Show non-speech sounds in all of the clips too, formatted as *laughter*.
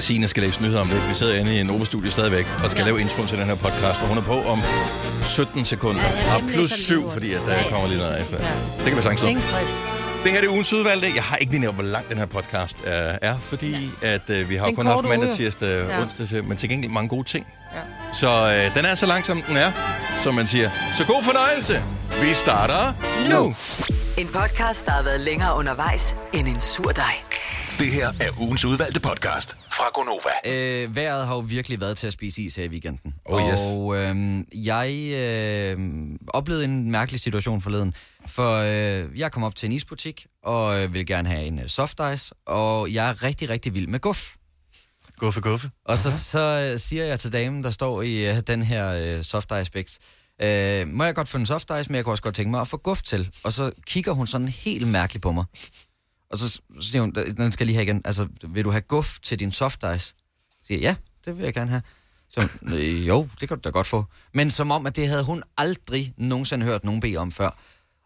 Sina skal læse nyheder om lidt. Vi sidder inde i en Nova-studie stadigvæk og skal ja. lave introen til den her podcast, og hun er på om 17 sekunder. Ja, jeg og plus gennemlæser 7, lige fordi at der hurtigt. Ja, ja, kommer lige noget. præcis. efter. Ja. Det kan vi sagtens nå. Ingen stress. Det her det er ugens udvalgte. Jeg har ikke lige nævnt, hvor lang den her podcast øh, er, fordi ja. at, øh, vi har jo Den kun haft korte mandag, uge. tirsdag, ja. Ja. onsdag, til- men til gengæld mange gode ting. Ja. Så øh, den er så lang, som den er, som man siger. Så god fornøjelse. Vi starter nu. nu. En podcast, der har været længere undervejs end en sur dej. Det her er ugens udvalgte podcast fra Gonova. Øh, vejret har jo virkelig været til at spise is her i weekenden. Oh, yes. Og øh, jeg øh, oplevede en mærkelig situation forleden, for øh, jeg kom op til en isbutik og øh, vil gerne have en øh, soft ice, og jeg er rigtig, rigtig vild med guf. Guffe, guffe. Og så, så øh, siger jeg til damen, der står i øh, den her øh, soft ice bæks, øh, må jeg godt få en soft ice, men jeg kunne også godt tænke mig at få guf til. Og så kigger hun sådan helt mærkeligt på mig. Og så s- siger hun, den skal jeg lige have igen, altså vil du have guf til din soft ice? Så siger jeg, ja, det vil jeg gerne have. Så hun, "Øh, jo, det kan du da godt få. Men som om, at det havde hun aldrig nogensinde hørt nogen bede om før.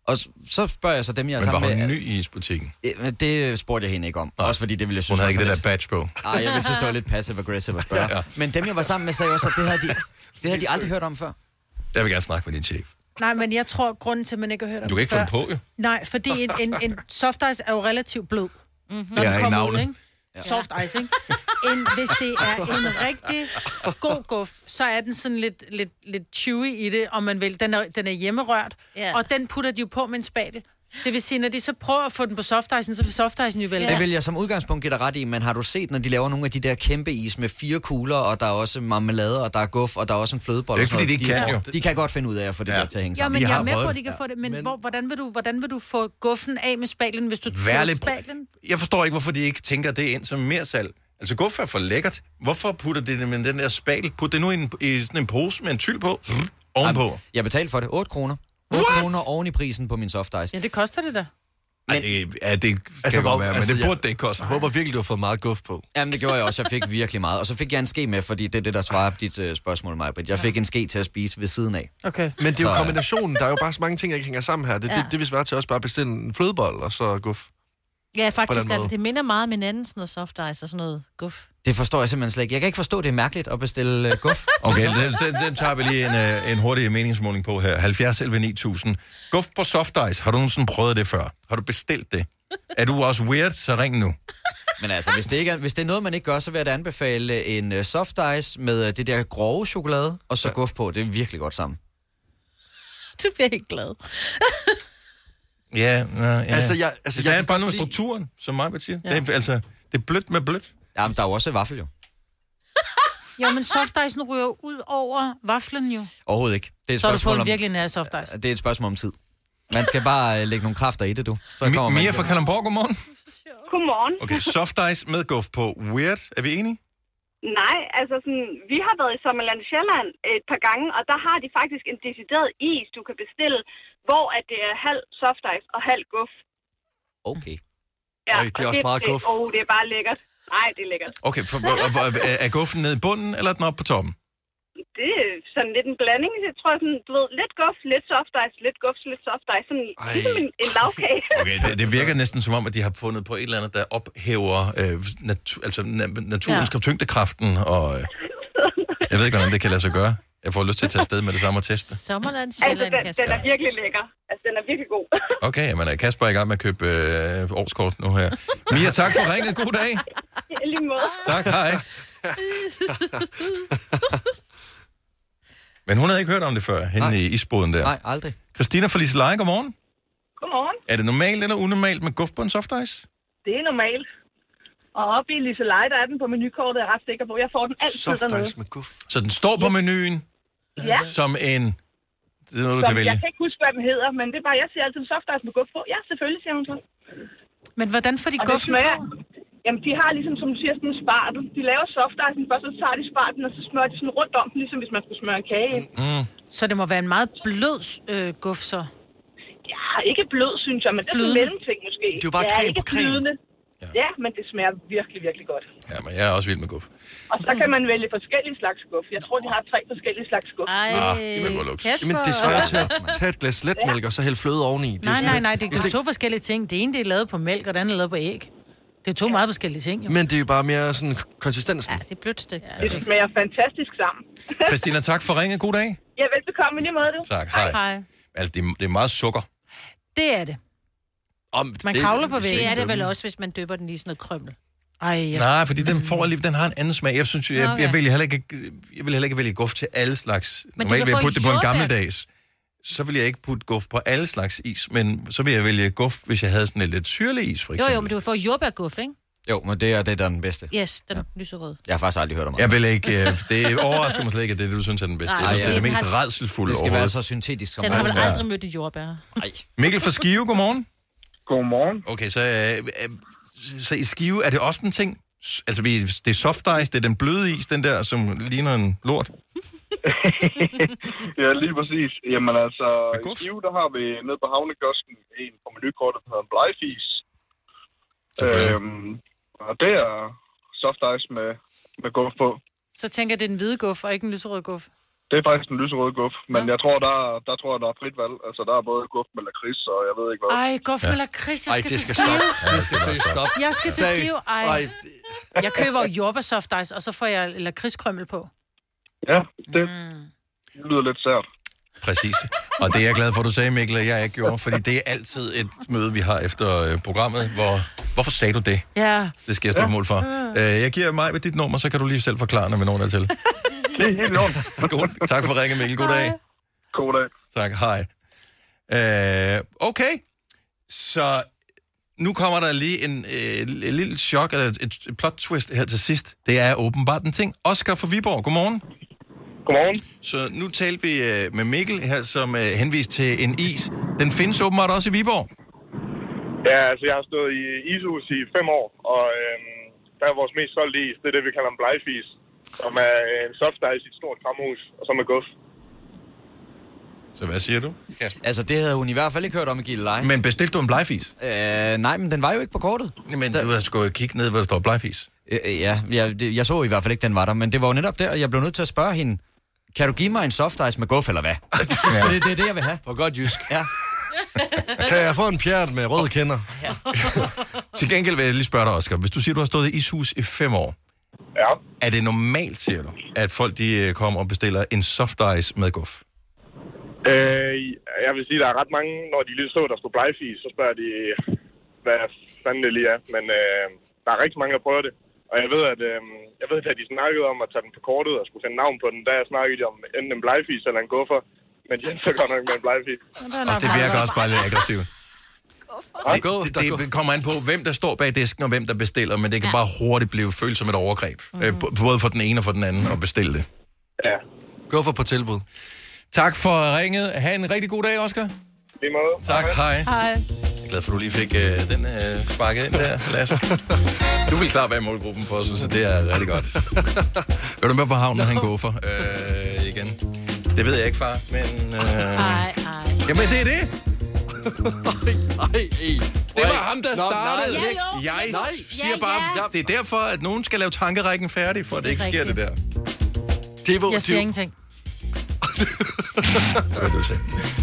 Og s- så spørger jeg så dem, jeg er Men var Altså, sammen hun med... ny i isbutikken? Øh, Det spurgte jeg hende ikke om. Også fordi det ville jeg synes... Hun havde var ikke det sådan der lidt- Altså, badge på. ej, jeg vil synes, det var lidt passive-aggressive at spørge. Ja, ja. Men dem, jeg var sammen med, sagde også, at det *laughs* havde de, det havde de aldrig hørt om før. Jeg vil gerne snakke med din chef. Nej, men jeg tror, grunden til, at man ikke har hørt om Du kan ikke få før, den på, jo. Nej, fordi en, en, en soft ice er jo relativt blød. Mm-hmm. Ja, i navnet. Ja. Soft ice, ikke? En, hvis det er en rigtig god guf, så er den sådan lidt, lidt, lidt chewy i det, om man vil. Den er, den er hjemmerørt, Ja. ja. og den putter de jo på med en spatel. Det vil sige, når de så prøver at få den på softicen, så vil softicen jo vælte. Det vil jeg som udgangspunkt give dig ret i, men har du set, når de laver nogle af de der kæmpe is med fire kugler, og der er også marmelade, og der er guf, og der er også en flødebolle? Det er ikke, og sådan fordi de noget. kan de, De kan godt finde ud af at få det Ja. ja. der til at hænge Ja, sammen. men De jeg har er med på, prøvet at de kan få det, men, men... Hvor, hvordan, vil du, hvordan vil du få guffen af med spatlen, hvis du Vær tager lidt... spatlen? Jeg forstår ikke, hvorfor de ikke tænker det ind som mere salg. Altså, guffe er for lækkert. Hvorfor putter de det med den der spatel? Put det nu i, en, i sådan en pose med en tyld på, ovenpå. Jeg betalte for det 8 kroner. 8 What? kroner oven i prisen på min soft ice. Ja, det koster det da. Ej, det, ja, det skal altså, Altså, godt hvor- være, men altså, det jeg- burde det ikke koste. Jeg håber virkelig, du har fået meget guf på. Jamen, det gjorde jeg også. Jeg fik virkelig meget. Og så fik jeg en ske med, fordi det er det, der svarer på dit øh, spørgsmål, Maja. Jeg fik en ske til at spise ved siden af. *laughs* Okay. Men det er jo Så- kombinationen. Der er jo bare så mange ting, der ikke hænger sammen her. Det, ja. Ja. det, det vil svare til også bare at bestille en flødebold og så guf. Ja, På den faktisk, måde. altså, det minder meget om hinanden, sådan noget soft ice og sådan noget guf. Det forstår jeg simpelthen slet ikke. Jeg kan ikke forstå, at det er mærkeligt at bestille øh, guf. *laughs* Okay, den, den, den tager vi lige en, øh, en hurtig meningsmåling på her. 70 11 9000. Guf på soft ice. Har du nogensinde prøvet det før? Har du bestilt det? Er du også weird, så ring nu. Men altså, hvis det, ikke er, hvis det er noget, man ikke gør, så vil jeg da anbefale en øh, soft ice med øh, det der grove chokolade, og så guf på. Det er virkelig godt sammen. Du bliver ikke glad. Ja, nå, ja. Altså, jeg- altså, der jeg er kan bare noget godt med lide- strukturen, som mig siger. Ja. Det er, altså, det er blødt med blødt. Ja, men der er jo også vaffel jo. Jo, men softicen ryger ud over vaflen jo. Overhovedet ikke. Det er et Så har du fået spørgsmål, en om, virkelig nær soft ice. det er et spørgsmål om tid. Man skal bare øh, lægge nogle kræfter i det, du. Så Mi- kommer man. Mia fra Kalamborg, godmorgen. Godmorgen. Okay, soft ice med guf på. Weird, er vi enige? Nej, altså sådan, vi har været i Sommerland Sjælland øh, et par gange, og der har de faktisk en decideret is, du kan bestille, hvor at det er halv soft ice og halv guf. Okay. Ej, det er og også meget guf. Åh, oh, det er bare lækkert. Nej, det er lækkert. Okay, for, hvor- hvor- er, er guffen nede i bunden, eller er den oppe på toppen? Det er sådan lidt en blanding. Jeg tror sådan, du ved, lidt guf, lidt soft ice, lidt guf, lidt soft ice. Sådan Ej. ligesom en, en lavkage. Okay, det, det virker næsten som om, at de har fundet på et eller andet, der ophæver øh, natu- altså, na- naturens ja. tyngdekraften, og øh, jeg ved ikke, hvordan det kan lade sig gøre. Jeg får lyst til at tage afsted med det samme og teste. Sommerland altså, Sjælland, den, Kasper. den er virkelig lækker. Altså, den er virkelig god. *laughs* Okay, jamen øh, Kasper er i gang med at købe øh, årskort nu her. Mia, tak for ringet. God dag. I lige måde. Tak, hej. Men hun havde ikke hørt om det før, henne Nej. i isboden der. Nej, aldrig. Christina fra Liseleje, godmorgen. Godmorgen. Er det normalt eller unormalt med guf på en soft ice? Det er normalt. Og oppe i Liseleje, der er den på menukortet, jeg er ret sikker på. Jeg får den altid Soft dernede. ice med guf. Så den står på menuen Ja. som en... Det er noget, du Som, kan vælge. jeg kan ikke huske, hvad den hedder, men det er bare, jeg siger altid soft ice med guf på. Ja, selvfølgelig, siger hun så. Men hvordan får de Og det guffen smager... på? Jamen, de har ligesom, som du siger, sådan en spartel. De laver soft icen først, og så tager de spartlen, og så smører de sådan rundt om den, ligesom hvis man skulle smøre en kage. ind. Så det må være en meget blød øh, guf, så. Ja, Ah, ikke blød, synes jeg, men det er sådan en Flydende. mellemting måske. Det er jo bare ja, creme ikke på creme. flydende. Ja. ja, men det smager virkelig, virkelig godt. Ja, men jeg er også vild med guf. Og så kan man vælge forskellige slags skuff. Jeg tror, de har tre forskellige slags skuff. Ej, Ah, det vil godt lukse. Jamen, det svarer til *laughs* at tage et glas letmælk og så hælde fløde oveni. Det Nej, er sådan nej, lidt- nej, det er sådan to forskellige ting. Det ene det er lavet på mælk, og det andet er lavet på æg. Det Det er to meget forskellige ting, jo. Men det er jo bare mere sådan konsistensen. Ja, det er blødt stykke. Det smager fantastisk sammen. Christina, tak for ringet. God dag. Ja, velbekomme i lige måde, du. Tak. Hej. Hej. Altså, det, er, det er meget sukker. Det er det. Om, Man kravler på Det væggen. er det vel også, hvis man døber den i sådan noget krømmel. Ej, jeg... Nej, fordi den får alligevel, den har en anden smag. Jeg synes, jeg, okay. jeg, vil heller ikke, jeg vil heller ikke vælge guf til alle slags. kan Normalt vil jeg få putte det på en jordbær. gammeldags. Så vil jeg ikke putte guf på alle slags is, men så vil jeg vælge guf, hvis jeg havde sådan en lidt syrlig is, for Jo, eksempel. jo, men du kan få jordbærguff, ikke? Jo, men det er det, der er den bedste. Yes, den ja. lyserød. Jeg har faktisk aldrig hørt om det. Jeg vil ikke, øh, det overrasker mig slet ikke, at det er det, du synes er den bedste. Nej, jeg synes, det er ja. det mest Den har- redselsfulde Det skal være overhovedet. så syntetisk som Den har vel muligt. aldrig mødt en jordbær. Ej. Mikkel fra Skive, godmorgen. Godmorgen. Okay, så, øh, øh, så i Skive, er det også en ting? S- Altså, vi, det er soft ice, det er den bløde is, den der, som ligner en lort. Ja, lige præcis. Jamen altså, Med i guf? Skive, der har vi nede på havnegosken en på menukortet, der hedder en blegfis. Selvfølgelig. Øhm, og det er soft ice med, med guf på. Så tænker jeg, det er den hvide guf, og ikke den lyserøde guf. Det er faktisk en lyserød guf, men Ja. jeg tror, der, er- der tror jeg, der er frit valg. Altså, der er både guf med lakrids, og jeg ved ikke hvad. Ej, guf ja. eller kris, jeg Ej, skal, det skal til Skive. stoppe. Det skal seriøst stoppe. Jeg skal til Seriøst. Skive. Ej. Ej, Jeg køber jo jordbær soft ice, og så får jeg lakridskrømmel på. Ja, det lyder lidt sært. Præcis. Og det er jeg glad for, du sagde, Mikkel, og jeg ikke gjorde, fordi det er altid et møde, vi har efter øh, programmet, hvor... Hvorfor sagde du det? Ja. Det skal jeg stå på mål for. Øh, jeg giver mig ved dit nummer, så kan du lige selv forklare, når vi når dertil. Det er helt i orden. God, tak for ringen, Mikkel. God dag. God dag. Tak, hej. Øh, okay, så nu kommer der lige en, øh, en lille chok, eller et, et plot twist her til sidst. Det er åbenbart en ting. Oscar fra Viborg, godmorgen. Godmorgen. Så nu talte vi øh, med Mikkel her, som øh, henviste til en is. Den findes åbenbart også i Viborg. Ja, altså jeg har stået i ishus i fem år, og øhm, der er vores mest solgte is, det er det, vi kalder en blegfis, som er øh, en soft ice i et stort kramhus, og som er guf. Så hvad siger du? Kasper? Altså, det havde hun i hvert fald ikke hørt om i Gilleleje. Men bestilte du en blegfis? Øh, nej, men den var jo ikke på kortet. Men du har gået og kigge ned, hvor der står blegfis. Øh, øh, ja, jeg, det, jeg så i hvert fald ikke, den var der, men det var jo netop der, og jeg blev nødt til at spørge hende, kan du give mig en soft ice med guf, eller *laughs* hvad? ja. det, det er det, jeg vil have. på godt jysk. Ja. Kan jeg få en pjert med røde kender? Til gengæld vil jeg lige spørge dig, Oscar. Hvis du siger, du har stået i ishus i fem år, Ja. Er det normalt, siger du, at folk de øh, kommer og bestiller en soft ice med guf? Øh, jeg vil sige, der er ret mange, når de lige så, der stod blegfis, så spørger de, hvad fanden det lige er. Men øh, der er rigtig mange, der prøver det. Og jeg ved, at øh, jeg ved, da de snakkede om at tage den på kortet og skulle finde navn på den, der snakkede de om enten en blegfis eller en guffer. Men de endte så godt nok med en blegfis. Og det virker også bare lidt aggressivt. Det, det, det kommer an på, hvem der står bag disken og hvem der bestiller, men det kan bare hurtigt blive følt som et overgreb. Øh, b- Både for den ene og for den anden at bestille det. Ja, Gå for på tilbud. Tak for ringet. Ha' en rigtig god dag, Oscar. lige måde. Tak, hej. Ej. Jeg er glad for, at du lige fik øh, den øh, sparket ind der, Lasse. Du vil klart være i målgruppen for os, så det er rigtig godt. Vil du med på havnen, han går for øh, igen? Det ved jeg ikke, far, men... Øh, Ej, ej. jamen, det er det. Ej, ej. Det var ham, der Nå, startede. nej, Ja, jo. Jeg Nej. siger Ja, bare, det ja. er derfor, at nogen skal lave tankerækken færdig, for at det ikke sker det der. Det var Jeg siger ingenting.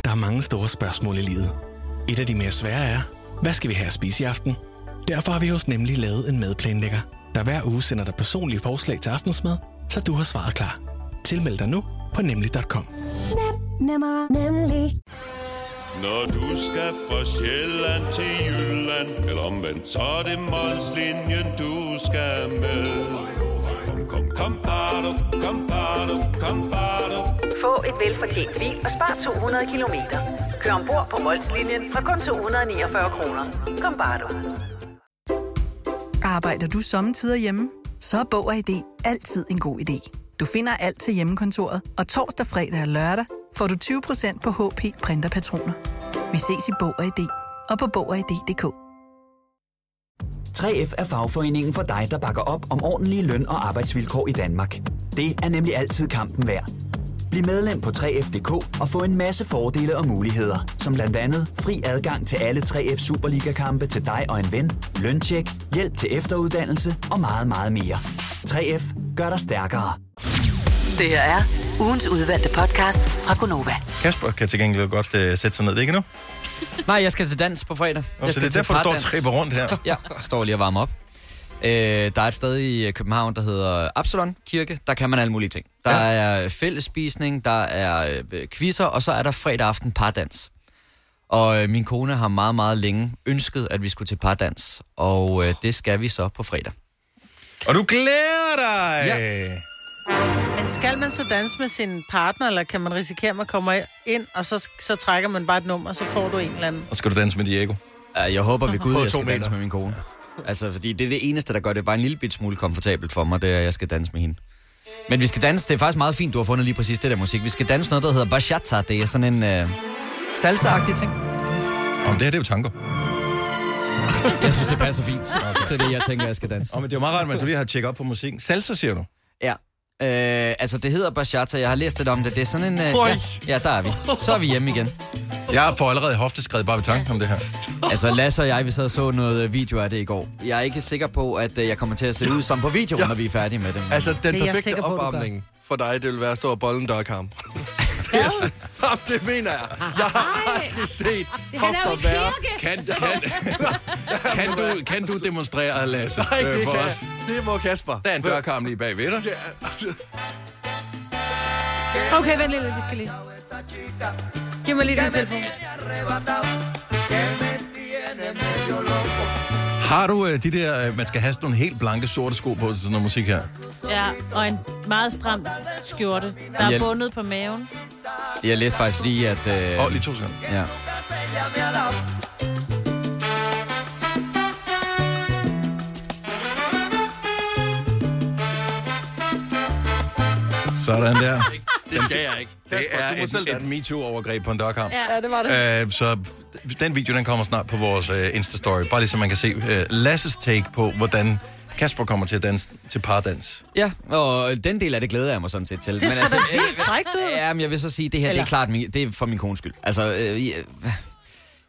Der er mange store spørgsmål i livet. Et af de mere svære er, hvad skal vi have at spise i aften? Derfor har vi hos Nemlig lavet en madplanlægger, der hver uge sender dig personlige forslag til aftensmad, så du har svaret klar. Tilmeld dig nu på nemlig.com. Nemmer, nemlig. Når du skal fra Sjælland til Jylland, eller omvendt, så er det Molslinjen, du skal med. Kom, kom, kom, bado, kom, bado, kom, bado. Få et velfortjent bil og spar 200 kilometer. Kør ombord på Molslinjen fra kun 249 kroner. Kom bare du. Arbejder du sommetider hjemme? Så er Bog og ID altid en god idé. Du finder alt til hjemmekontoret, og torsdag, fredag og lørdag får du 20% på HP printerpatroner. Vi ses i Bog og ID og på Bog og 3F er fagforeningen for dig, der bakker op om ordentlige løn- og arbejdsvilkår i Danmark. Det er nemlig altid kampen værd. Bliv medlem på 3F.dk og få en masse fordele og muligheder, som blandt andet fri adgang til alle 3F Superliga-kampe til dig og en ven, løntjek, hjælp til efteruddannelse og meget, meget mere. 3F gør dig stærkere. Det her er ugens udvalgte podcast fra Gonova. Kasper kan til gengæld godt øh, sætte sig ned, ikke nu? Nej, jeg skal til dans på fredag. Og så jeg skal det er derfor, til du står og pardans. tripper rundt her. Ja, jeg står lige og varmer op. Øh, der er et sted i øh, København, der hedder Absalon Kirke. Der kan man alle mulige ting. Der ja. er fællesspisning, der er øh, quizzer, og så er der fredag aften pardans. Og øh, min kone har meget, meget længe ønsket, at vi skulle til pardans. Og øh, det skal vi så på fredag. Og du glæder dig! Ja. Men skal man så danse med sin partner, eller kan man risikere, at man kommer ind, og så, så trækker man bare et nummer, og så får du en eller anden? Og skal du danse med Diego? Jeg håber ved Gud, På jeg to skal danse meter. med min kone. Altså, fordi det er det eneste, der gør det bare en lille bit smule komfortabelt for mig, det er, at jeg skal danse med hende. Men vi skal danse, det er faktisk meget fint, du har fundet lige præcis det der musik. Vi skal danse noget, der hedder bachata. Det er sådan en øh, salsa-agtig ting. Om det her, det er jo tango. Jeg synes, det passer fint *laughs* okay. til det, jeg tænker, jeg skal danse. Oh, men det er jo meget rart, at du lige har tjekket op på musikken. Salsa, siger du? Ja. Øh, altså, det hedder bachata. Jeg har læst lidt om det. Det er sådan en... Øh, Oj. ja, ja, der er vi. Så er vi hjemme igen. Jeg får allerede hofteskred bare ved tanken om det her. Altså, Lasse og jeg, vi sad og så noget øh, video af det i går. Jeg er ikke sikker på, at øh, jeg kommer til at se ud som på videoen, ja. når vi er færdige med det. men- Altså, den perfekte opvarmning for dig, det vil være at stå og bolle *laughs* en dørkamp. Jamen, det mener jeg. Jeg har aldrig set han er jo i hofter være- kirke. Kan- kan- Kan du, kan du demonstrere, Lasse, øh, Nej, det for kan os? Det må Kasper. Der er en dørkarm lige bagved dig. Okay, vent lige, lidt, vi skal lige. Giv mig lige din telefon. Har du øh, de der, øh, man skal have sådan nogle helt blanke sorte sko på til sådan noget musik her? Ja, og en meget stram skjorte, der er Ja. bundet på maven. Jeg læste faktisk lige, at... Åh, øh, oh, lige to sekunder. Ja. Sådan der. Det skal jeg ikke. Det er et, et MeToo-overgreb på en dørkamp. Ja, det var det. Øh, så den video, den kommer snart på vores øh, Insta-story. Bare lige så man kan se øh, Lasses take på, hvordan Kasper kommer til at danse til pardans. Ja, og den del af det glæder jeg mig sådan set til. Det ser da vildt frækt ud. Ja, men jeg vil så sige, det her Eller... det Eller- er klart min, det er for min kones skyld. Altså, øh, jeg,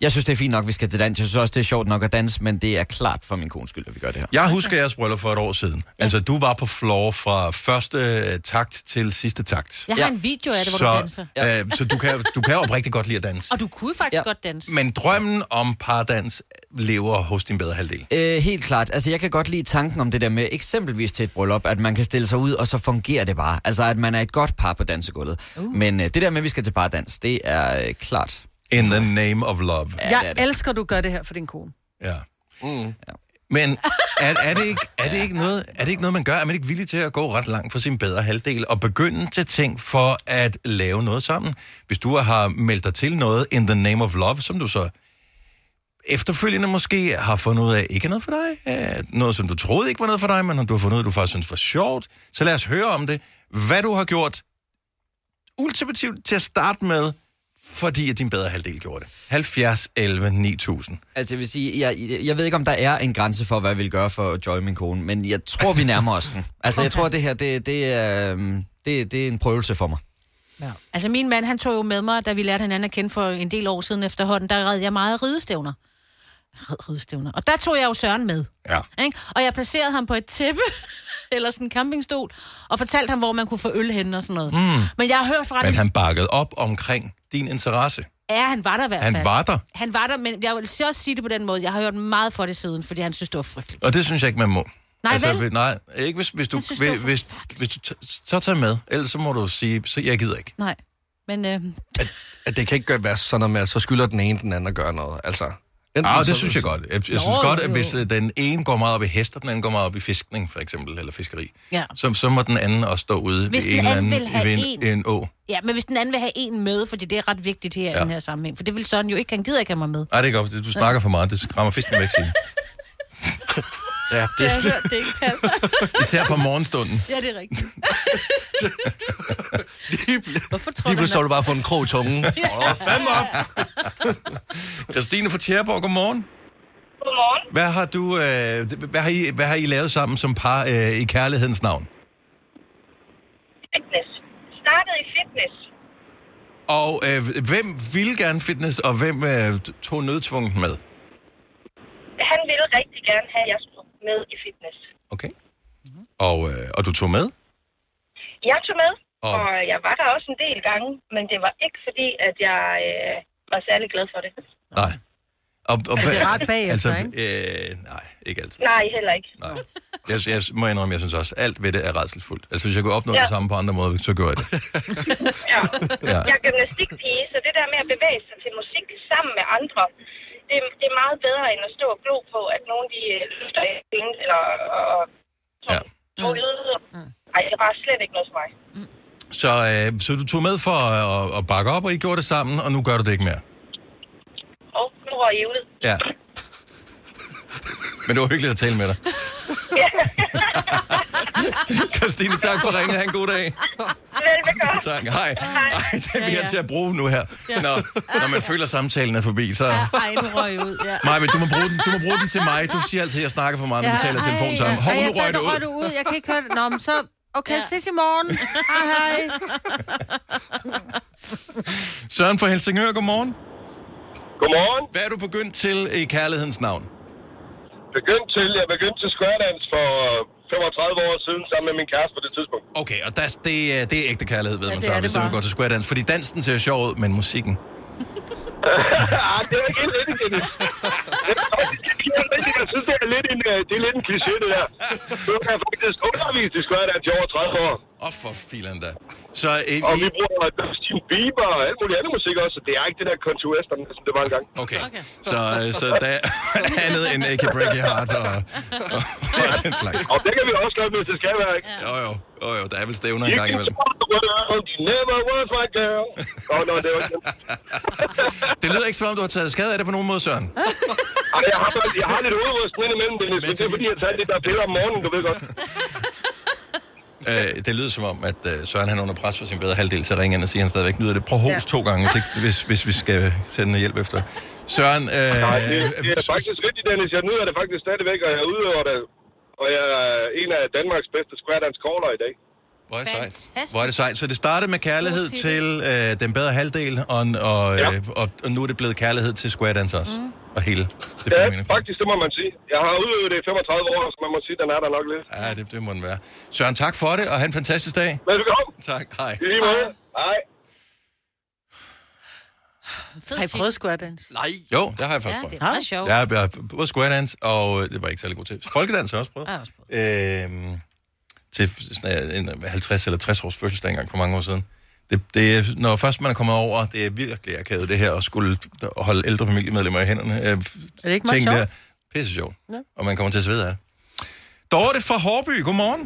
jeg synes, det er fint nok, vi skal til dans. Jeg synes også, det er sjovt nok at danse, men det er klart for min kones skyld, at vi gør det her. Jeg husker jeres bryllup for et år siden. Altså, du var på floor fra første øh, takt til sidste takt. Jeg har en video af det, hvor så, du danser. Ja. Øh, så du kan, du kan jo rigtig godt lide at danse. Og du kunne faktisk ja. godt danse. Men drømmen om pardans lever hos din bedre halvdel. Øh, helt klart. Altså, jeg kan godt lide tanken om det der med, eksempelvis til et bryllup, at man kan stille sig ud, og så fungerer det bare. Altså, at man er et godt par på dansegulvet. Uh. Men øh, det der med, at vi skal til pardans, det er øh, klart. In the name of love. Ja, det er Jeg det. elsker, du gør det her for din kone. Ja. Mm. Men er, er, det ikke, er, det ikke noget, er det ikke noget, man gør? Er man ikke villig til at gå ret langt for sin bedre halvdel og begynde til ting for at lave noget sammen? Hvis du har meldt dig til noget in the name of love, som du så efterfølgende måske har fundet ud af, ikke er noget for dig, øh, noget som du troede ikke var noget for dig, men du har fundet ud af, du faktisk synes var sjovt, så lad os høre om det. Hvad du har gjort ultimativt til at starte med, fordi at din bedre halvdel gjorde det. 70, 11, 9000. Altså, jeg vil sige, jeg, jeg- jeg ved ikke, om der er en grænse for, hvad jeg vil gøre for Joy, min kone, men jeg tror, vi nærmer os den. Altså, jeg tror, det her, det, det, er, øhm, det, det er en prøvelse for mig. Altså, min mand, han tog jo med mig, da vi lærte hinanden at kende for en del år siden efterhånden, der red jeg meget ridestævner. Red ridestævner. Og der tog jeg jo Søren med. Ja. Ikke? Og jeg placerede ham på et tæppe, *laughs* eller sådan en campingstol, og fortalte ham, hvor man kunne få øl henne og sådan noget. Mm. Men jeg har hørt fra Men ham, han bakkede op omkring din interesse. ja, han var der i hvert Han fald. var der. Han var der, men jeg vil så også sige det på den måde. Jeg har hørt meget for det siden, fordi han synes, det var frygteligt. Og det synes jeg ikke, man må. Altså, Nej, vel? vi- Nej, ikke hvis, hvis du... Jeg synes, det hvis, var hvis, hvis du t- så tager med, ellers så må du sige, så jeg gider ikke. Nej, men... Øh... At det kan ikke gøre være sådan noget med, at så skylder den ene den anden at gøre noget. Altså, enten Ah, så- det synes jeg godt. Jeg, jeg synes Nå, godt, at jo. hvis øh, den ene går meget op i hest, og den anden går meget op i fiskning, for eksempel, eller fiskeri, Ja. så, så må den anden også stå ude Hvis ved den en eller anden anden, vil have ved en. en, en å. Ja, men hvis den anden vil have en med, fordi det er ret vigtigt her ja. i Ja. den her sammenhæng, for det vil Søren jo ikke, han gider ikke have mig med. Nej, det er godt. Du snakker for meget. Det skræmmer fisken væk, *laughs* Signe. ja, Det har jeg hørt, det ikke passer. Især fra morgenstunden. ja, det er rigtigt. Hvorfor tror Lige du, pludselig har du bare fået en krog i *laughs* tungen. Åh, fandme op! Christine fra Tjæreborg, godmorgen. Godmorgen. Hvad har, du, øh, hvad, har I, hvad har I lavet sammen som par øh, i kærlighedens navn? Fitness. Startede i fitness. Og øh, hvem ville gerne fitness, og hvem øh, tog nødtvunget med? Han ville rigtig gerne have, at jeg skulle med i fitness. Mhm. Og, øh, og du tog med? Jeg tog med, Og- og jeg var der også en del gange, men det var ikke fordi, at jeg øh, var særlig glad for det. Nej. Og, og, Men det er ret bagefter, altså, ikke? Øh, nej, ikke altid. Nej, heller ikke. Nej. Jeg, jeg må indrømme, jeg synes også, alt ved det er redselsfuldt. Altså, hvis jeg kunne opnå ja. Ja. det samme på andre måder, så gør jeg det. Ja. Ja. Jeg er gymnastikpige, så det der med at bevæge sig til musik sammen med andre, det, det er meget bedre end at stå og glo på, at nogen de øh, løfter et ben, eller og, ja. nogle lyder. Ej, det er bare slet ikke noget for mig. Så, øh, så du tog med for at, at, at bakke op, og I gjorde det sammen, og nu gør du det ikke mere. Og nu røg I ud. Ja. Men det var hyggeligt at tale med dig. Ja. Christine, tak for ringen. Ha' en god dag. Velbekomme. Tak. Hej. Hej. Ej, det er vi Ja, ja. her til at bruge nu her. Ja. Når, når man føler, samtalen er forbi, så... Ej, nu røg jeg ud, ja. Maja, men du må, bruge den, du må bruge den til mig. Du siger altid, at jeg snakker for meget, når vi taler i telefon sammen. Hov, nu røg det røg du ud. ud. Jeg kan ikke høre det. Nå, men så... Okay, ja. ses i *laughs* morgen. Hej, hej. Søren fra Helsingør, godmorgen. Godmorgen. Hvad er du begyndt til i kærlighedens navn? Begyndt til, jeg begyndte til squaredance for 35 år siden sammen med min kæreste på det tidspunkt. Okay, og der, det, er- det er ægte kærlighed, ved Ja, man det så, er det hvis man bare. går til square dance. Fordi dansen ser sjov ud, men musikken. Ah, det er ikke helt rigtigt, Dennis. Det er rigtigt. Jeg synes, det er lidt en, øh, det er lidt en kliché, det der. Nu har jeg faktisk undervist i squaredance i over 30 år. Åh, for filan da. Så, øh, og I- vi bruger Justin Bieber og alt muligt andet musik også, så det er ikke det der Contour Western, som det var engang. Okay. okay. Så, øh, så der er andet end Aka Break Your Heart og, *laughs* og, og den slags. Og det kan vi også godt, hvis det skal være, ikke? Jo, jo. jo, jo der er vel stævner en gang imellem. You never was my girl. Åh, no, det var ikke den. Det lyder ikke som om, du har taget skade af det på nogen måde, Søren. Ej, jeg har, faktisk- jeg har lidt hovedrysten indimellem, Dennis, men det er fordi, jeg tager det der piller om morgenen, du ved godt. Øh, det lyder som om, at øh, Søren han er under pres for sin bedre halvdel til at ringe ind og sige, at han stadigvæk nyder det. Prøv at host to gange, hvis, ikke- hvis, hvis vi skal sende noget hjælp efter. Søren, øh, Nej, det, det er faktisk rigtigt, Dennis. Jeg nyder det faktisk stadigvæk, og jeg udøver det. Og jeg er en af Danmarks bedste square dance caller i dag. Hvor er det sejt. hvor er det sejt. Så det startede med kærlighed til øh, den bedre halvdel, og, og, øh, og, og nu er det blevet kærlighed til square dance også. Mm. Og hele det Ja, fænomen. faktisk, det må man sige. Jeg har udøvet det i 35 år, så man må sige, den er der nok lidt. Ja, det, det må den være. Søren, tak for det, og have en fantastisk dag. Velbekomme. Tak, hej. I lige måde. Hej. Har I prøvet square dance? Nej. Jo, det har jeg faktisk Ja, prøvet. det er meget sjovt. Jeg har jeg har både square dance, og øh, det var jeg ikke særlig god til. Folkedans har jeg også prøvet. Jeg har også Øhm, til sådan øh, en en 50 eller 60 års fødselsdag engang for mange år siden. Det, det, er- når først man er kommet over, det er virkelig akavet det her, at skulle holde ældre familiemedlemmer i hænderne. Øh, er det ikke meget sjovt? Pisse sjovt. Ja. Ja. Og man kommer til at svede af det. Dorte fra Hårby, godmorgen.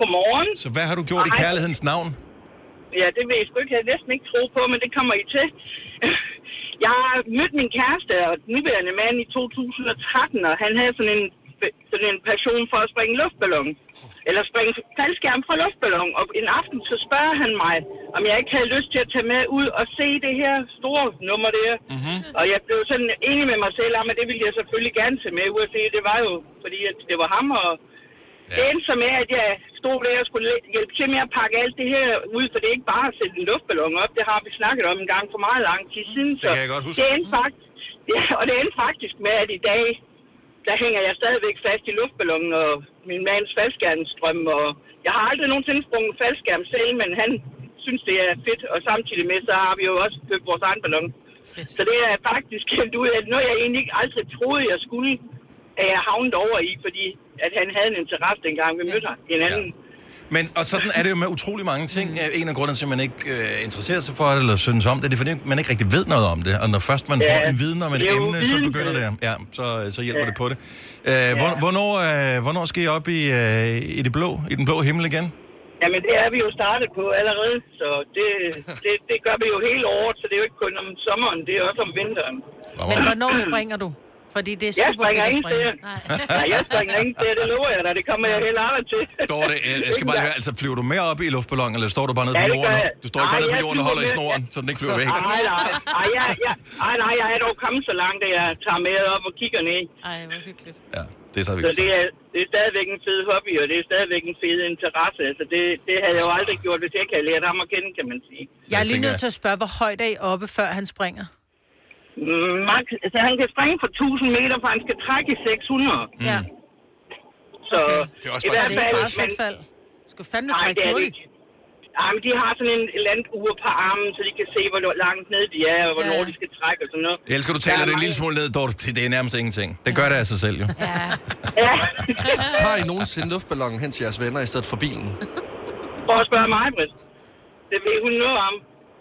Godmorgen. Så hvad har du gjort i Hej. kærlighedens navn? Ja, det ved jeg sgu ikke. Jeg havde næsten ikke tro på, men det kommer I til. *laughs* Jeg har mødt min kæreste og nuværende mand i 2013, og han havde sådan en, sådan en passion for at springe luftballon. Eller springe faldskærm fra luftballon. Og en aften så spørger han mig, om jeg ikke havde lyst til at tage med ud og se det her store nummer der. Mm-hmm. Og jeg blev sådan enig med mig selv om, at det ville jeg selvfølgelig gerne tage med ud og se. Det var jo, fordi at det var ham, og Ja. Det endte så med, at jeg stod der og skulle lidt hjælpe til med at pakke alt det her ud, for det er ikke bare at sætte en luftballon op. Det har vi snakket om en gang for meget lang tid siden. Så det kan jeg godt huske. Mm. Det endte faktisk, *laughs* ja, og det endte faktisk med, at i dag, der hænger jeg stadigvæk fast i luftballonen og min mands faldskærmstrøm. Og jeg har aldrig nogensinde sprunget faldskærm selv, men han synes, det er fedt. Og samtidig med, så har vi jo også købt vores egen ballon. Fedt. Så det er faktisk kendt ud af noget, jeg egentlig ikke aldrig troede, jeg skulle er jeg havnet over i, fordi at han havde en interesse dengang, vi mødte hinanden. Ja. Men, og sådan er det jo med utrolig mange Mm. ting. En af grundene til, at man ikke øh, interesserer sig for det, eller synes om det, det er, fordi man ikke rigtig ved noget om det. Og når først man Ja, får en viden om et det er jo emne, så viden, begynder det. Ja, så, så hjælper Ja. det på det. Øh, hvor, hvornår, øh, hvornår skal I op i, øh, i, det blå, i den blå himmel igen? Jamen, det er vi jo startet på allerede, så *laughs* det, det, det gør vi jo hele året, så det er jo ikke kun om sommeren, det er også om vinteren. Men hvornår springer du? Fordi det er Jeg super fedt springer at ingen springe. steder. Nej, jeg springer ingen steder, det lover jeg dig, det kommer jeg heller aldrig til. Dorte, øh, jeg skal bare høre, altså flyver du mere op i luftballonen, eller står du bare nede Ja, på det gør jorden? jeg. Du står ikke Nej, bare nede jeg på jorden og flyver holder i snoren, mere- så den ikke flyver væk. Nej, nej, nej, jeg, jeg, nej, nej, jeg er dog kommet så langt, at jeg tager med op og kigger ned. *laughs* Ej, hvor hyggeligt. Det er stadigvæk Så det det er, det er stadigvæk en fed hobby, og det er stadigvæk en fed interesse. Altså, det, det havde jeg jo aldrig gjort, hvis jeg ikke havde lært ham at kende, kan man sige. Jeg er lige nødt til at spørge, hvor højt er I oppe, før han springer? Mm, Max, altså, han kan springe for 1000 meter, for han skal trække i 600. Ja. Så Det er også bare et men- fald. Du skal fandme Nej, trække det er det hurtigt. ikke. Ja, men de har sådan en eller andet ur på armen, så de kan se, hvor langt ned de er, og hvornår ja. de skal trække og sådan noget. Jeg elsker, du taler det en lille smule ned, Dorte. Det er nærmest ingenting. Det gør det af sig selv, jo. Tager I nogensinde luftballonen hen til jeres venner i stedet for bilen? Prøv at spørge mig, Britt. Det ved hun noget om,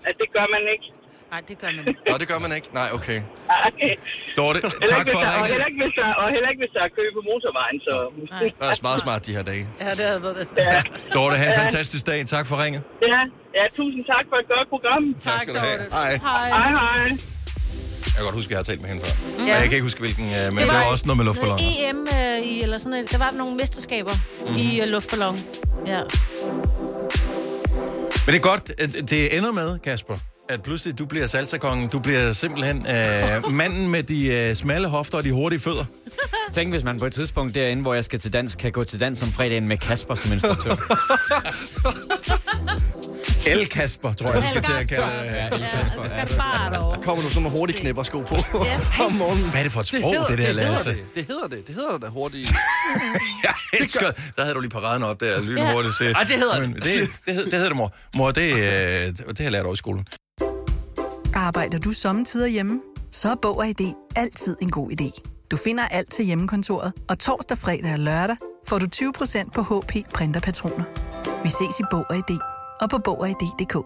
at det gør man ikke. Nej, det gør man Nå, det gør man ikke. Nej, okay. ikke. Dorte, Heller tak ikke, for hvis der- og ringen. heller ikke, hvis der, og heller ikke, hvis der er kø på motorvejen, så... Det er også meget smart de her dage. Ja, det havde været det. Ja, Dorte, have en Ja. fantastisk dag. Tak for ringet. ja, ja, tusind tak for et godt program. Tak skal du have. Dorte. Hej. Hej, hej. Jeg kan godt huske, at jeg har talt med hende før. Ja. Ja. Jeg kan ikke huske, hvilken, øh, men det var, det var også noget med luftballoner. noget EM øh, i, eller sådan noget. Der var nogle mesterskaber mm. Mhm. i øh, luftballon. Ja. Men det er godt, at det ender med, Kasper, at pludselig du bliver salsakongen. Du bliver simpelthen øh, manden med de øh, smalle hofter og de hurtige fødder. Tænk, hvis man på et tidspunkt derinde, hvor jeg skal til dans, kan gå til dans om fredagen med Kasper som instruktør. El Kasper, tror jeg, du skal til at kalde det. Ja, El Kasper. Ja, Kommer du så med hurtig knipper sko på *laughs* om morgenen? Hvad er det for et sprog, det, der, hedder Lasse? det. Det hedder det. Det hedder da hurtigt. *laughs* Jeg elsker. Der havde du lige paraden op der, lynhurtigt. Ja. Ej, det hedder Men det. Det, det, hed, det hedder det, mor. Mor, det, øh, det, det har jeg lært over i skolen. Arbejder du sommetider hjemme? Så er Bog og ID altid en god idé. Du finder alt til hjemmekontoret, og torsdag, fredag og lørdag får du 20% på HP printerpatroner. Vi ses i Bog og ID og på Bog og ID.dk. *laughs*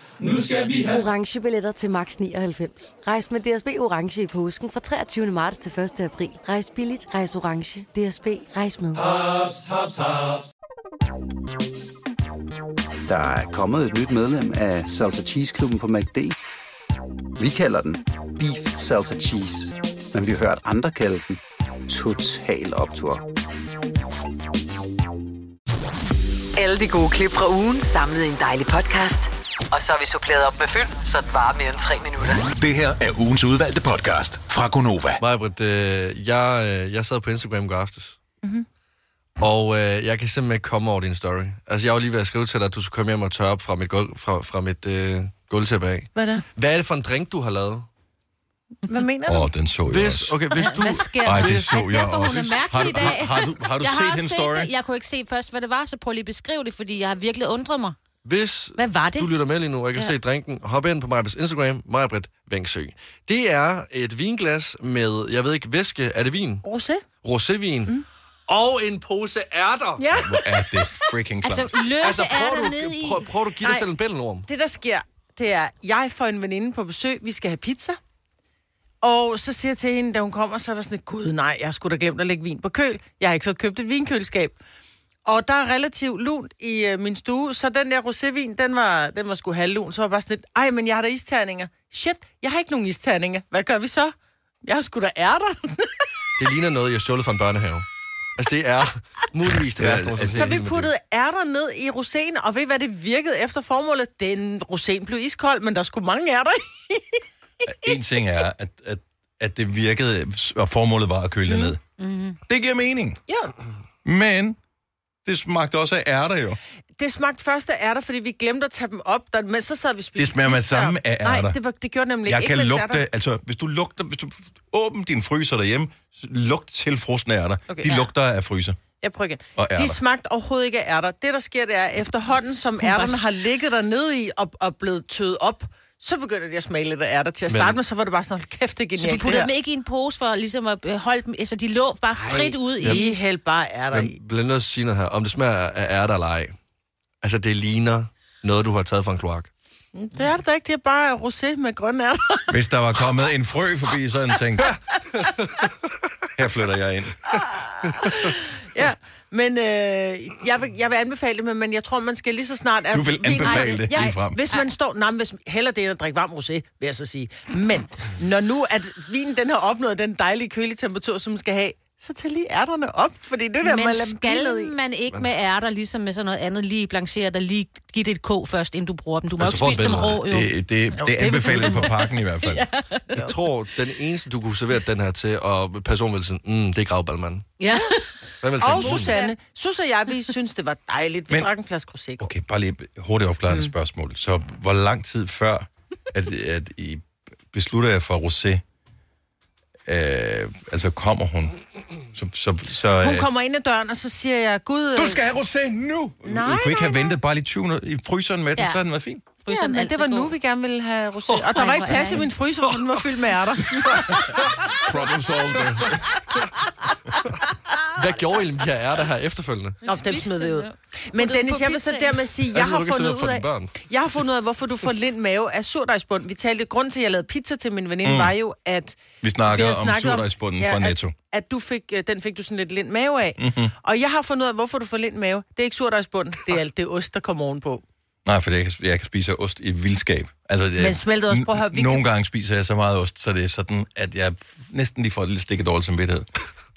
Nu skal vi have... orange billetter til max 99. Rejs med DSB orange i påsken fra 23. marts til 1. april. Rejs billigt, rejs orange. DSB rejs med. Haps, haps, haps. Der er kommet et nyt medlem af Salsa Cheese Klubben på MACD. Vi kalder den Beef Salsa Cheese, men vi har hørt andre kalde den Total Optor. Alle de gode klip fra ugen samlet i en dejlig podcast. Og så har vi suppleret op med fyld, så det varer mere end tre minutter. Det her er ugens udvalgte podcast fra Gonova. Majbrit, øh, jeg, øh, jeg sad på Instagram i går aftes, Mm-hmm. og øh, jeg kan simpelthen ikke komme over din story. Altså, jeg var lige ved at skrive til dig, at du skulle komme hjem og tørre op fra mit, gulv, fra, fra mit øh, gulvtæppe af. Hvad er det? Hvad er det for en drink, du har lavet? Hvad mener du? Åh, oh, den så jeg Hvis- også. okay, hvis du- Hvad sker Ej, der? det så Er det jeg derfor, også. Hun er mærkelig Har du- i dag? har- har du- har du jeg set har hendes set story? Det. Jeg kunne ikke se først, hvad det var, så prøv lige at beskrive det, fordi jeg har virkelig undret mig. Hvis Hvad var det? du lytter med lige nu og ikke har Ja. ja. set drinken, hop ind på Majbrits Instagram, Majbrit Vengsø. Det er et vinglas med, jeg ved ikke, væske, er det vin? Rosé? Rosévin. Mm. Og en pose ærter. Ja. Hvor er det freaking klart. Altså, løse prøver ærter du, ned i- Prøv, prøver du at give dig Nej. selv en bællenorm? Det, der sker, det er, jeg får en veninde på besøg, vi skal have pizza. Og så siger jeg til hende, da hun kommer, så er der sådan et, gud nej, jeg skulle da glemt at lægge vin på køl. Jeg har ikke fået købt et vinkøleskab. Og der er relativt lunt i øh, min stue, så den der rosévin, den var, den var sgu halvlun. Så var jeg bare sådan lidt, ej, men jeg har da isterninger. Shit, jeg har ikke nogen isterninger. Hvad gør vi så? Jeg har sgu da ærter. Det ligner noget, jeg har stjålet fra en børnehave. Altså, det *laughs* er muligvis det værste. Ja, Så vi puttede ærter ned i roséen, og ved I, hvad det virkede efter formålet? Den roséen blev iskold, men der skulle mange ærter i. En ting er, at, at, at det virkede, og formålet var at Mm. køle det ned. Mm-hmm. Det giver mening. Ja. Men det smagte også af ærter jo. Det smagte først af ærter, fordi vi glemte at tage dem op, der, men så sad vi og spiste Det smager med pizza. samme af Nej, ærter. det, var, det gjorde nemlig Jeg ikke. kan vel ærter? lugte, altså hvis du lugter, hvis du åbner din fryser derhjemme, så lugt til frosne ærter. Okay. Okay, De Ja. lugter af fryser. Jeg prøver igen. Og ærter. De smagte overhovedet ikke af ærter. Det, der sker, det er, at efterhånden, som var ærterne s- har ligget dernede i og, og blevet tøet op, så begynder de at smage lidt af ærter til at Men- starte med, så var det bare sådan, "Hold kæft, det er Så genialt. du puttede det dem her." ikke i en pose for ligesom at øh, holde dem, altså de lå bare frit ud Jamen. i... I hældte bare ærter Men bliver nødt til at sige noget her, om det smager af ærter eller ej. Altså, det ligner noget, du har taget fra en kloak. Det er det da ikke. Det er bare rosé med grønne *laughs* ærter. Hvis der var kommet en frø forbi, så havde den tænkt, her flytter jeg ind. Ja, men øh, jeg, vil, jeg vil anbefale det, men- men jeg tror, man skal lige så snart... at- Du vil vin- anbefale det ja, ligefrem. Hvis Ah. man står... Nej, men hvis, heller det end at drikke varm rosé, vil jeg så sige. Men når nu, at vinen den har opnået den dejlige kølige temperatur, som den skal have, så tag lige ærterne op, fordi det der, Men man skal man ikke med ærter, ligesom med sådan noget andet, lige blanchere dig, lige give det et kog først, inden du bruger dem. Du må jo Hvis du ikke får spise en dem bedre- rå, jo. Det- det- det anbefaler de på pakken i hvert fald. ja. Jeg tror, den eneste, du kunne servere den her til, og personen ville sige, mm, det er gravballmanden. ja. Hvad vil Og Susanne. Sus og jeg, vi synes, det var dejligt. Vi Men- Men... drak en flaske rosé. Okay, bare lige hurtigt opklarende mm. spørgsmål. Så hvor lang tid før, at, at I beslutter jer for Rosé, øh, altså kommer hun? Så, så, så, øh, Hun kommer ind ad døren, og så siger jeg, Gud... Du skal have rosé nu! Nej, I kunne ikke nej, have ventet bare lige 20 minutter i fryseren med den, Ja. så havde den været fin. Ja, øh, men det var nu, vi gerne ville have rosé. Og Ej, der var hvor ikke plads er i I? min fryser, for den var fyldt med *laughs* ærter. Problem *laughs* solved. Hvad gjorde I med de her ærter her efterfølgende? Nå, dem smed vi ud. Men Puttede Dennis, på jeg vil så pizzaen. dermed sige, jeg Altså, har du kan fundet sidde og få ud af... dine børn. Jeg har fundet ud af, hvorfor du får lind mave af surdejsbund. Vi talte, grund til, at jeg lavede pizza til min veninde, Mm. mm. var jo, at... Vi snakker havde om snakket surdejsbunden fra Netto. At, at du fik, øh, den fik du sådan lidt lind mave af. Mhm. Mm-hmm. Og jeg har fundet ud af, hvorfor du får lind mave. Det er ikke surdejsbunden, det er alt det ost, der kommer ovenpå. Nej, for jeg, kan- jeg kan spise ost i vildskab. Altså, jeg- smeltet ost, prøv at høre, vi Nogle kan- gange spiser jeg så meget ost, så det er sådan, at jeg næsten lige får et lille stik af dårlig samvittighed.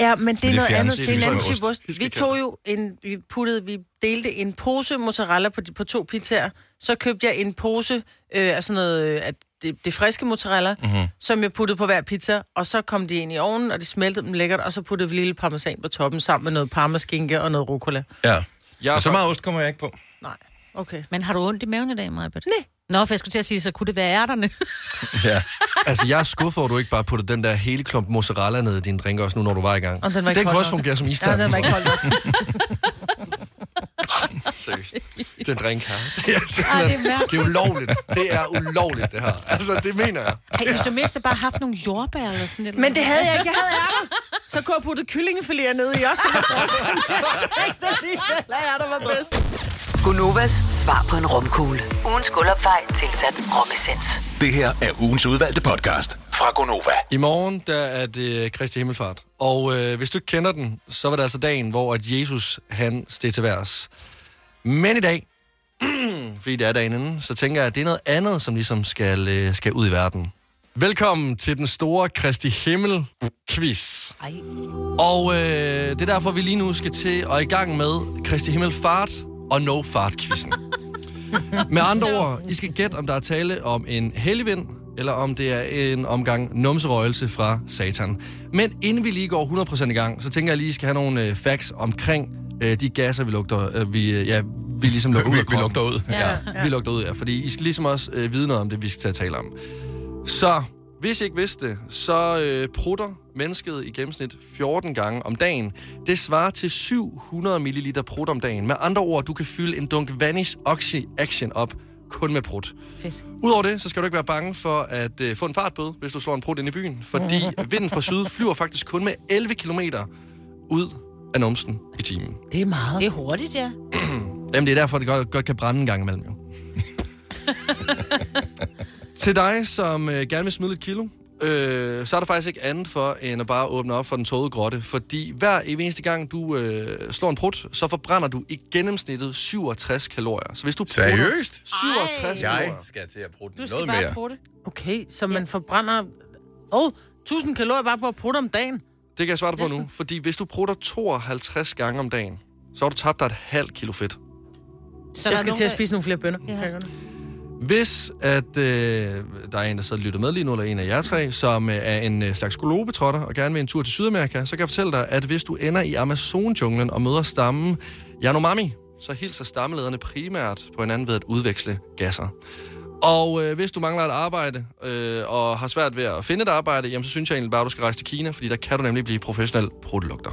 Ja, men det Men er det noget fjernes andet. Det ikke er en anden med type ost. ost. Vi tog jo en, vi puttede, vi delte en pose mozzarella på, de- på to pizzaer. Så købte jeg en pose øh, af sådan noget, øh, af det, det friske mozzarella, Mhm. mm-hmm. som jeg puttede på hver pizza, og så kom de ind i ovnen, og de smeltede dem lækkert, og så puttede vi lille parmesan på toppen, sammen med noget parmaskinke og noget rucola. Ja. Jeg og så meget ost kommer jeg ikke på. Nej. Okay. Men har du ondt i maven i dag, Marbet? Nej. Nå, for jeg skulle til at sige, så kunne det være *laughs* ærterne. Ja. Altså, jeg er skuffet over, at du ikke bare puttede den der hele klump mozzarella ned i din drink også nu, når du var i gang. Og den var ikke den kold kunne også nok. fungere som Ja, isterning. den var ikke kold Seriøst. Den drink her. Det er, Ej, det er simpelthen, mærkeligt. det er ulovligt. Det er ulovligt, det her. Altså, det mener jeg. Hey, hvis du mindste bare haft nogle jordbær eller sådan noget. Men det havde jeg ikke. Jeg havde ærter. Så kunne jeg putte kyllingefiléer ned i også. så var forskellen. *laughs* Jeg tænkte alligevel, at ærter var bedst. Gunovas svar på en romkugle. Ugens guldopfej tilsat romessens. Det her er ugens udvalgte podcast fra Gonova. I morgen, der er det Kristi Himmelfart. Og øh, hvis du ikke kender den, så var det altså dagen, hvor at Jesus, han steg til værs. Men i dag, *clears throat* fordi det er dagen inden, så tænker jeg, at det er noget andet, som ligesom skal, øh, skal ud i verden. Velkommen til den store Kristi Himmel-quiz. Og øh, det er derfor, vi lige nu skal til og i gang med Kristi Himmelfart og No *laughs* Fart-quizzen. Med andre ord, I skal gætte, om der er tale om en helligvind, eller om det er en omgang numserøgelse fra satan. Men inden vi lige går 100% i gang, så tænker jeg lige, at I skal have nogle øh, facts omkring øh, de gasser, vi lugter, øh, vi, øh, ja, vi ligesom lugter *laughs* *laughs* ud Vi- af vi lugter kroppen. ud. Ja, Ja. vi lugter ud, ja. Fordi I skal ligesom også øh, vide noget om det, vi skal til at tale om. Så, hvis I ikke vidste det, så øh, prutter mennesket i gennemsnit 14 gange om dagen. Det svarer til 700 ml prut om dagen. Med andre ord, du kan fylde en dunk Vanish Oxy Action op kun med prut. Fedt. Udover det, så skal du ikke være bange for at øh, få en fartbøde, hvis du slår en prut ind i byen. Fordi vinden fra syd flyver faktisk kun med 11 km ud af numsen i timen. Det er meget. Det er hurtigt, ja. Jamen, det er derfor, det godt, godt kan brænde en gang imellem, *laughs* jo. Til dig, som øh, gerne vil smide lidt kilo, øh, så er der faktisk ikke andet for, end at bare åbne op for den tågede grotte. Fordi hver evig eneste gang, du øh, slår en prut, så forbrænder du i gennemsnittet 67 kalorier. Så hvis du prutter- Seriøst? 67 Ej. kalorier. Jeg skal til at prutte Du noget skal mere. bare prutte. Okay, så man forbrænder... Åh, oh, 1000 kalorier bare på at prutte om dagen. Det kan jeg svare dig på nu. Fordi hvis du prutter 52 gange om dagen, så har du tabt dig et halvt kilo fedt. Så der jeg er skal nogen, til at der- spise nogle flere bønner. Ja. Hvis at, øh, der er en, der sidder og lytter med lige nu, eller en af jer tre, som øh, er en øh, slags globetrotter og gerne vil en tur til Sydamerika, så kan jeg fortælle dig, at hvis du ender i Amazon-junglen og møder stammen Yanomami, så hilser stammelederne primært på hinanden ved at udveksle gasser. Og øh, hvis du mangler et arbejde øh, og har svært ved at finde et arbejde, jamen, så synes jeg egentlig bare, at du skal rejse til Kina, fordi der kan du nemlig blive professionel produlugter.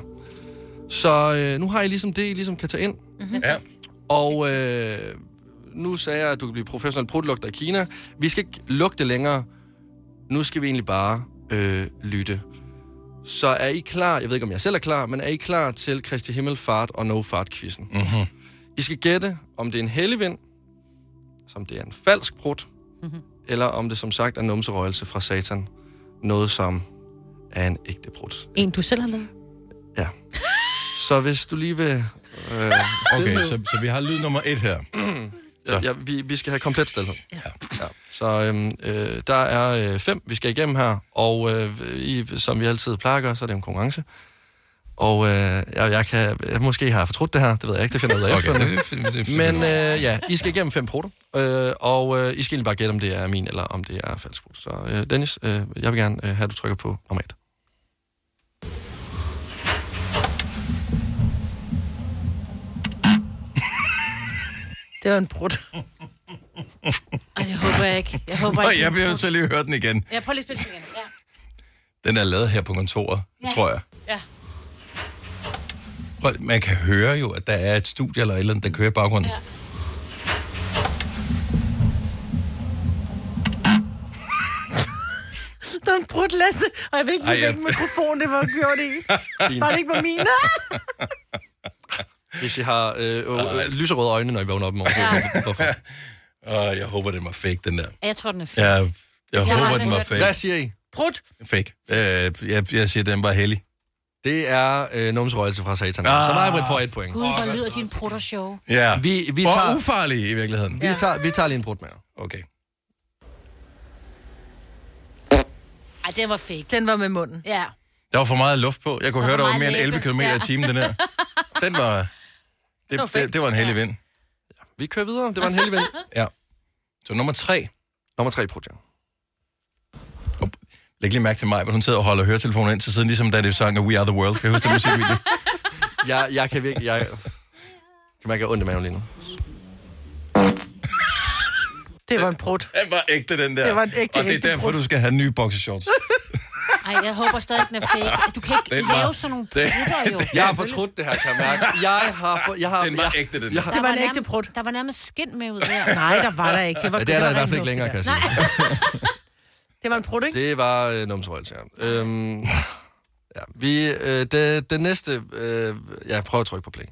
Så øh, nu har I ligesom det, I ligesom kan tage ind. Mm-hmm. Ja. Og øh, nu sagde jeg, at du kan blive professionel prutlugter i Kina. Vi skal ikke lugte længere. Nu skal vi egentlig bare øh, lytte. Så er I klar, jeg ved ikke, om jeg selv er klar, men er I klar til Kristi Himmelfart og No fart quizzen Mm-hmm. I skal gætte, om det er en helligvind, som det er en falsk prut, mm-hmm. eller om det som sagt er numserøgelse fra satan. Noget, som er en ægte prut. En, du selv har lavet. Så hvis du lige vil... Øh, Okay, så, så vi har lyd nummer et her. Ja, ja, vi, vi skal have komplet stillhed. Ja. Ja. Så øhm, øh, der er øh, fem, vi skal igennem her, og øh, i, som vi altid plejer at gøre, så er det en konkurrence. Og øh, jeg, jeg, kan, jeg måske har jeg fortrudt det her, det ved jeg ikke, det finder jeg ud af Okay, *laughs* efterfølgende. det er fint, det er fint. Men øh, ja, I skal igennem fem proter, øh, og øh, I skal egentlig bare gætte, om det er min eller om det er falsk rute. Så øh, Dennis, øh, jeg vil gerne øh, have, at du trykker på nummer et. Det var en brud. Ej, det håber jeg ikke. Jeg håber Og ikke. jeg bliver nødt til at lige høre den igen. Jeg prøver lige at spille den igen. Ja. Den er lavet her på kontoret, Ja. tror jeg. Ja. Prøv, man kan høre jo, at der er et studie eller et eller andet, der kører i baggrunden. Ja. *laughs* Det var en brudt, Lasse. Og jeg ved ikke, Ej, jeg- hvilken mikrofon det var gjort *laughs* i. Din. Var det ikke på min? Ah! Hvis I har øh, øh, øh, lyserøde øjne, når I vågner op i morgen. Ja. *laughs* Hvorfor? Og jeg håber, det var fake, den der. Jeg tror, den er fed. Ja, jeg, jeg har håber, aldrig den var hørt den. fake. Hvad siger I? Brudt. Fake. Øh, jeg, jeg siger, den var heldig. Det er øh, Nums røgelse fra satan. Ah. Så meget får et point. Gud, hvor lyder din prutter show. Ja. Vi, vi Og tager, ufarlige i virkeligheden. vi, tager, vi tager lige en brud med jer. Okay. Ej, den var fake. Den var med munden. Ja. Der var for meget luft på. Jeg kunne Der høre, var der var meget mere end 11 læbe. km i Ja. timen, den her. Den var... Det var Det, fake. det, det var en heldig vind. Vi kører videre. Det var en heldig ven. Ja. Så nummer tre. Nummer tre, Prutja. Læg lige mærke til mig, hvor hun sidder og holder høretelefonen ind til siden, ligesom da det sang af We Are The World. Kan jeg huske den *laughs* musikvideo? Jeg, jeg kan virkelig... Jeg, kan mærke, at jeg har ondt i maven lige nu. Det var en brud. Den var ægte, den der. Det var en ægte, og det er ægte derfor, brud. du skal have nye *laughs* boxershorts. Ej, jeg håber stadig, den er fake. Du kan ikke Den var- lave sådan nogle Den- prutter, jo. Jeg har fortrudt det her, kan jeg mærke. *laughs* Jeg har... For, jeg har den var ægte, den jeg, har, Der nærmest- Der var nærmest skin med ud der. Nej, der var der ikke. Det var, Ja, det er der i var hvert fald ren ikke længere, luft, det kan jeg der. Nej. Det var en brud, ikke? Det var øh, Nums Royals, ja. Øhm, ja. Vi, øh, det, det næste... Øh, jeg prøver at trykke på play.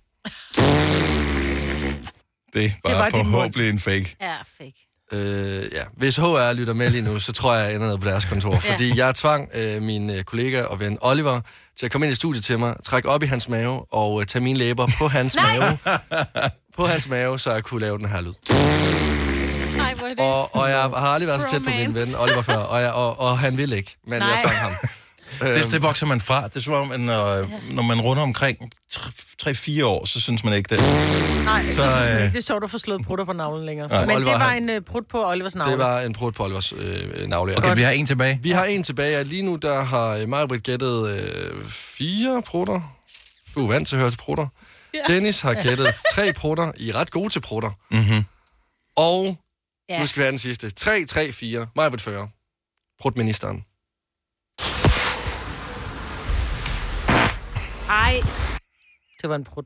Det er var bare din mund. forhåbentlig en fake. Ja, fake. Øh, ja. Hvis HR lytter med lige nu, så tror jeg, jeg ender nede på deres kontor. Ja. Fordi jeg tvang øh, min øh, kollega og ven Oliver til at komme ind i studiet til mig, trække op i hans mave og øh, tage mine læber på hans mave. på hans mave, så jeg kunne lave den her lyd. Nej, hvor er det? Og, og jeg har aldrig været så tæt på min Bromance. ven Oliver før, og, jeg, og, og han vil ikke, men Nej. jeg Nej. tvang ham. Øhm, Det, det vokser man fra. Det er som om, at når, når man runder omkring 3-4 år, så synes man ikke det. Nej, Så, jeg synes øh... øh, ikke, det er sjovt at få slået brutter på navlen længere. Nej. Men Oliver, det var han- en uh, brud på Olivers navle. Det var en brud på Olivers øh, navle. Okay, vi har en tilbage. Vi har en tilbage, og lige nu der har Majbrit gættet øh, fire prutter. Du er vant til at høre til prutter. Ja. Dennis har gættet tre prutter. I er ret gode til prutter. Mm-hmm. Og Ja. nu skal vi have den sidste. 3, 3, 4. Majbrit fører. Prutministeren. Ej, Det var en *laughs* brud.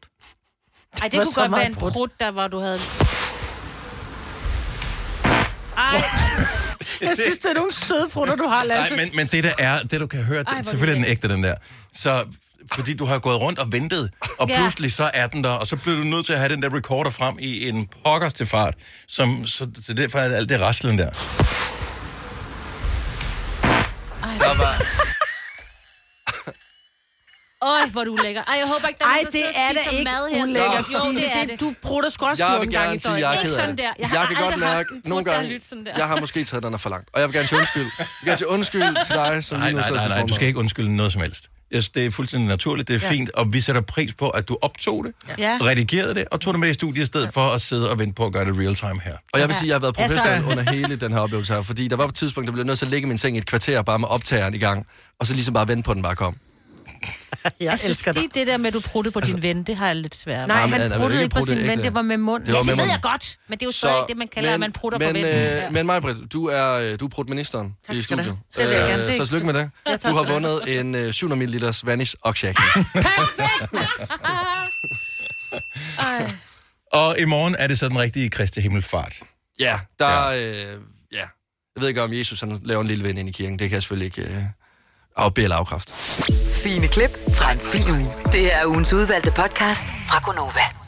ej det var kunne så godt meget være en brudt. brud, der var, du havde... Ej, Jeg synes, det er nogle søde brutter, du har, Lasse. Nej, men, men det der er, det du kan høre, Altså- Ej, hvor Ej, selvfølgelig er den ægte, den der. Så fordi du har gået rundt og ventet, og Ja. ja. pludselig så er den der, og så bliver du nødt til at have den der recorder frem i en pokkers til fart, som, så, så derfor er alt det raslen der. Der var... Øj, hvor er du lækker. Ej, jeg håber ikke, der er Ej, nogen, der det sidder og er da spiser ikke mad her. ulækkert, Jo, Signe. det er Det- det. du brutter sgu også Jeg vil gerne sige, jeg er Ikke ked af sådan det. der. Jeg Jeg, har kan aldrig godt mærke, haft en nogle brud, der har gange, lyttet sådan der. jeg har måske taget den er for langt. Og jeg vil gerne til undskyld. Jeg vil gerne til undskyld til dig, som Nej, lige nu nej, sidder nej, nej, du til formiddag. skal ikke undskylde noget som helst. Yes, det er fuldstændig naturligt, det er Ja. ja. fint, og vi sætter pris på, at du optog det, Ja. ja. redigerede det, og tog det med i studiet i stedet ja. for at sidde og vente på at gøre det real time her. Og jeg vil sige, at jeg har været Ja, så- professionel under hele den her oplevelse her, fordi der var på et tidspunkt, der blev jeg nødt til at ligge i min seng i et kvarter bare med optageren i gang, og så ligesom bare vente på, at den bare kom. Jeg, Jeg synes elsker dig. lige, det der med, at du pruttede på din ven, det har jeg lidt svært Nej, Jamen, han han er jo bruttede ikke ikke på bruttet sin ven, ægte. det var med munden. Det var Ja, med det ved jeg munden. godt, men det er jo stadig ikke det, man kalder, at man prutter på men, vennen. Øh, Ja. men Majbrit, du er, øh, du er prutministeren i skal du studiet. Øh, have. Det vil jeg gerne. Det er så ikke tillykke med det. Ja, tak Du skal har du have. vundet en øh, 700 ml Vanish og Shack. Og i morgen er det så den rigtige Kristi Himmelfart. Ja, der øh, ja. Jeg ved ikke, om Jesus han laver en lille ven ind i kirken. Det kan jeg selvfølgelig ikke øh, afbede eller afkræfte. Fine klip fra en fin uge. Det her er ugens udvalgte podcast fra Gonova.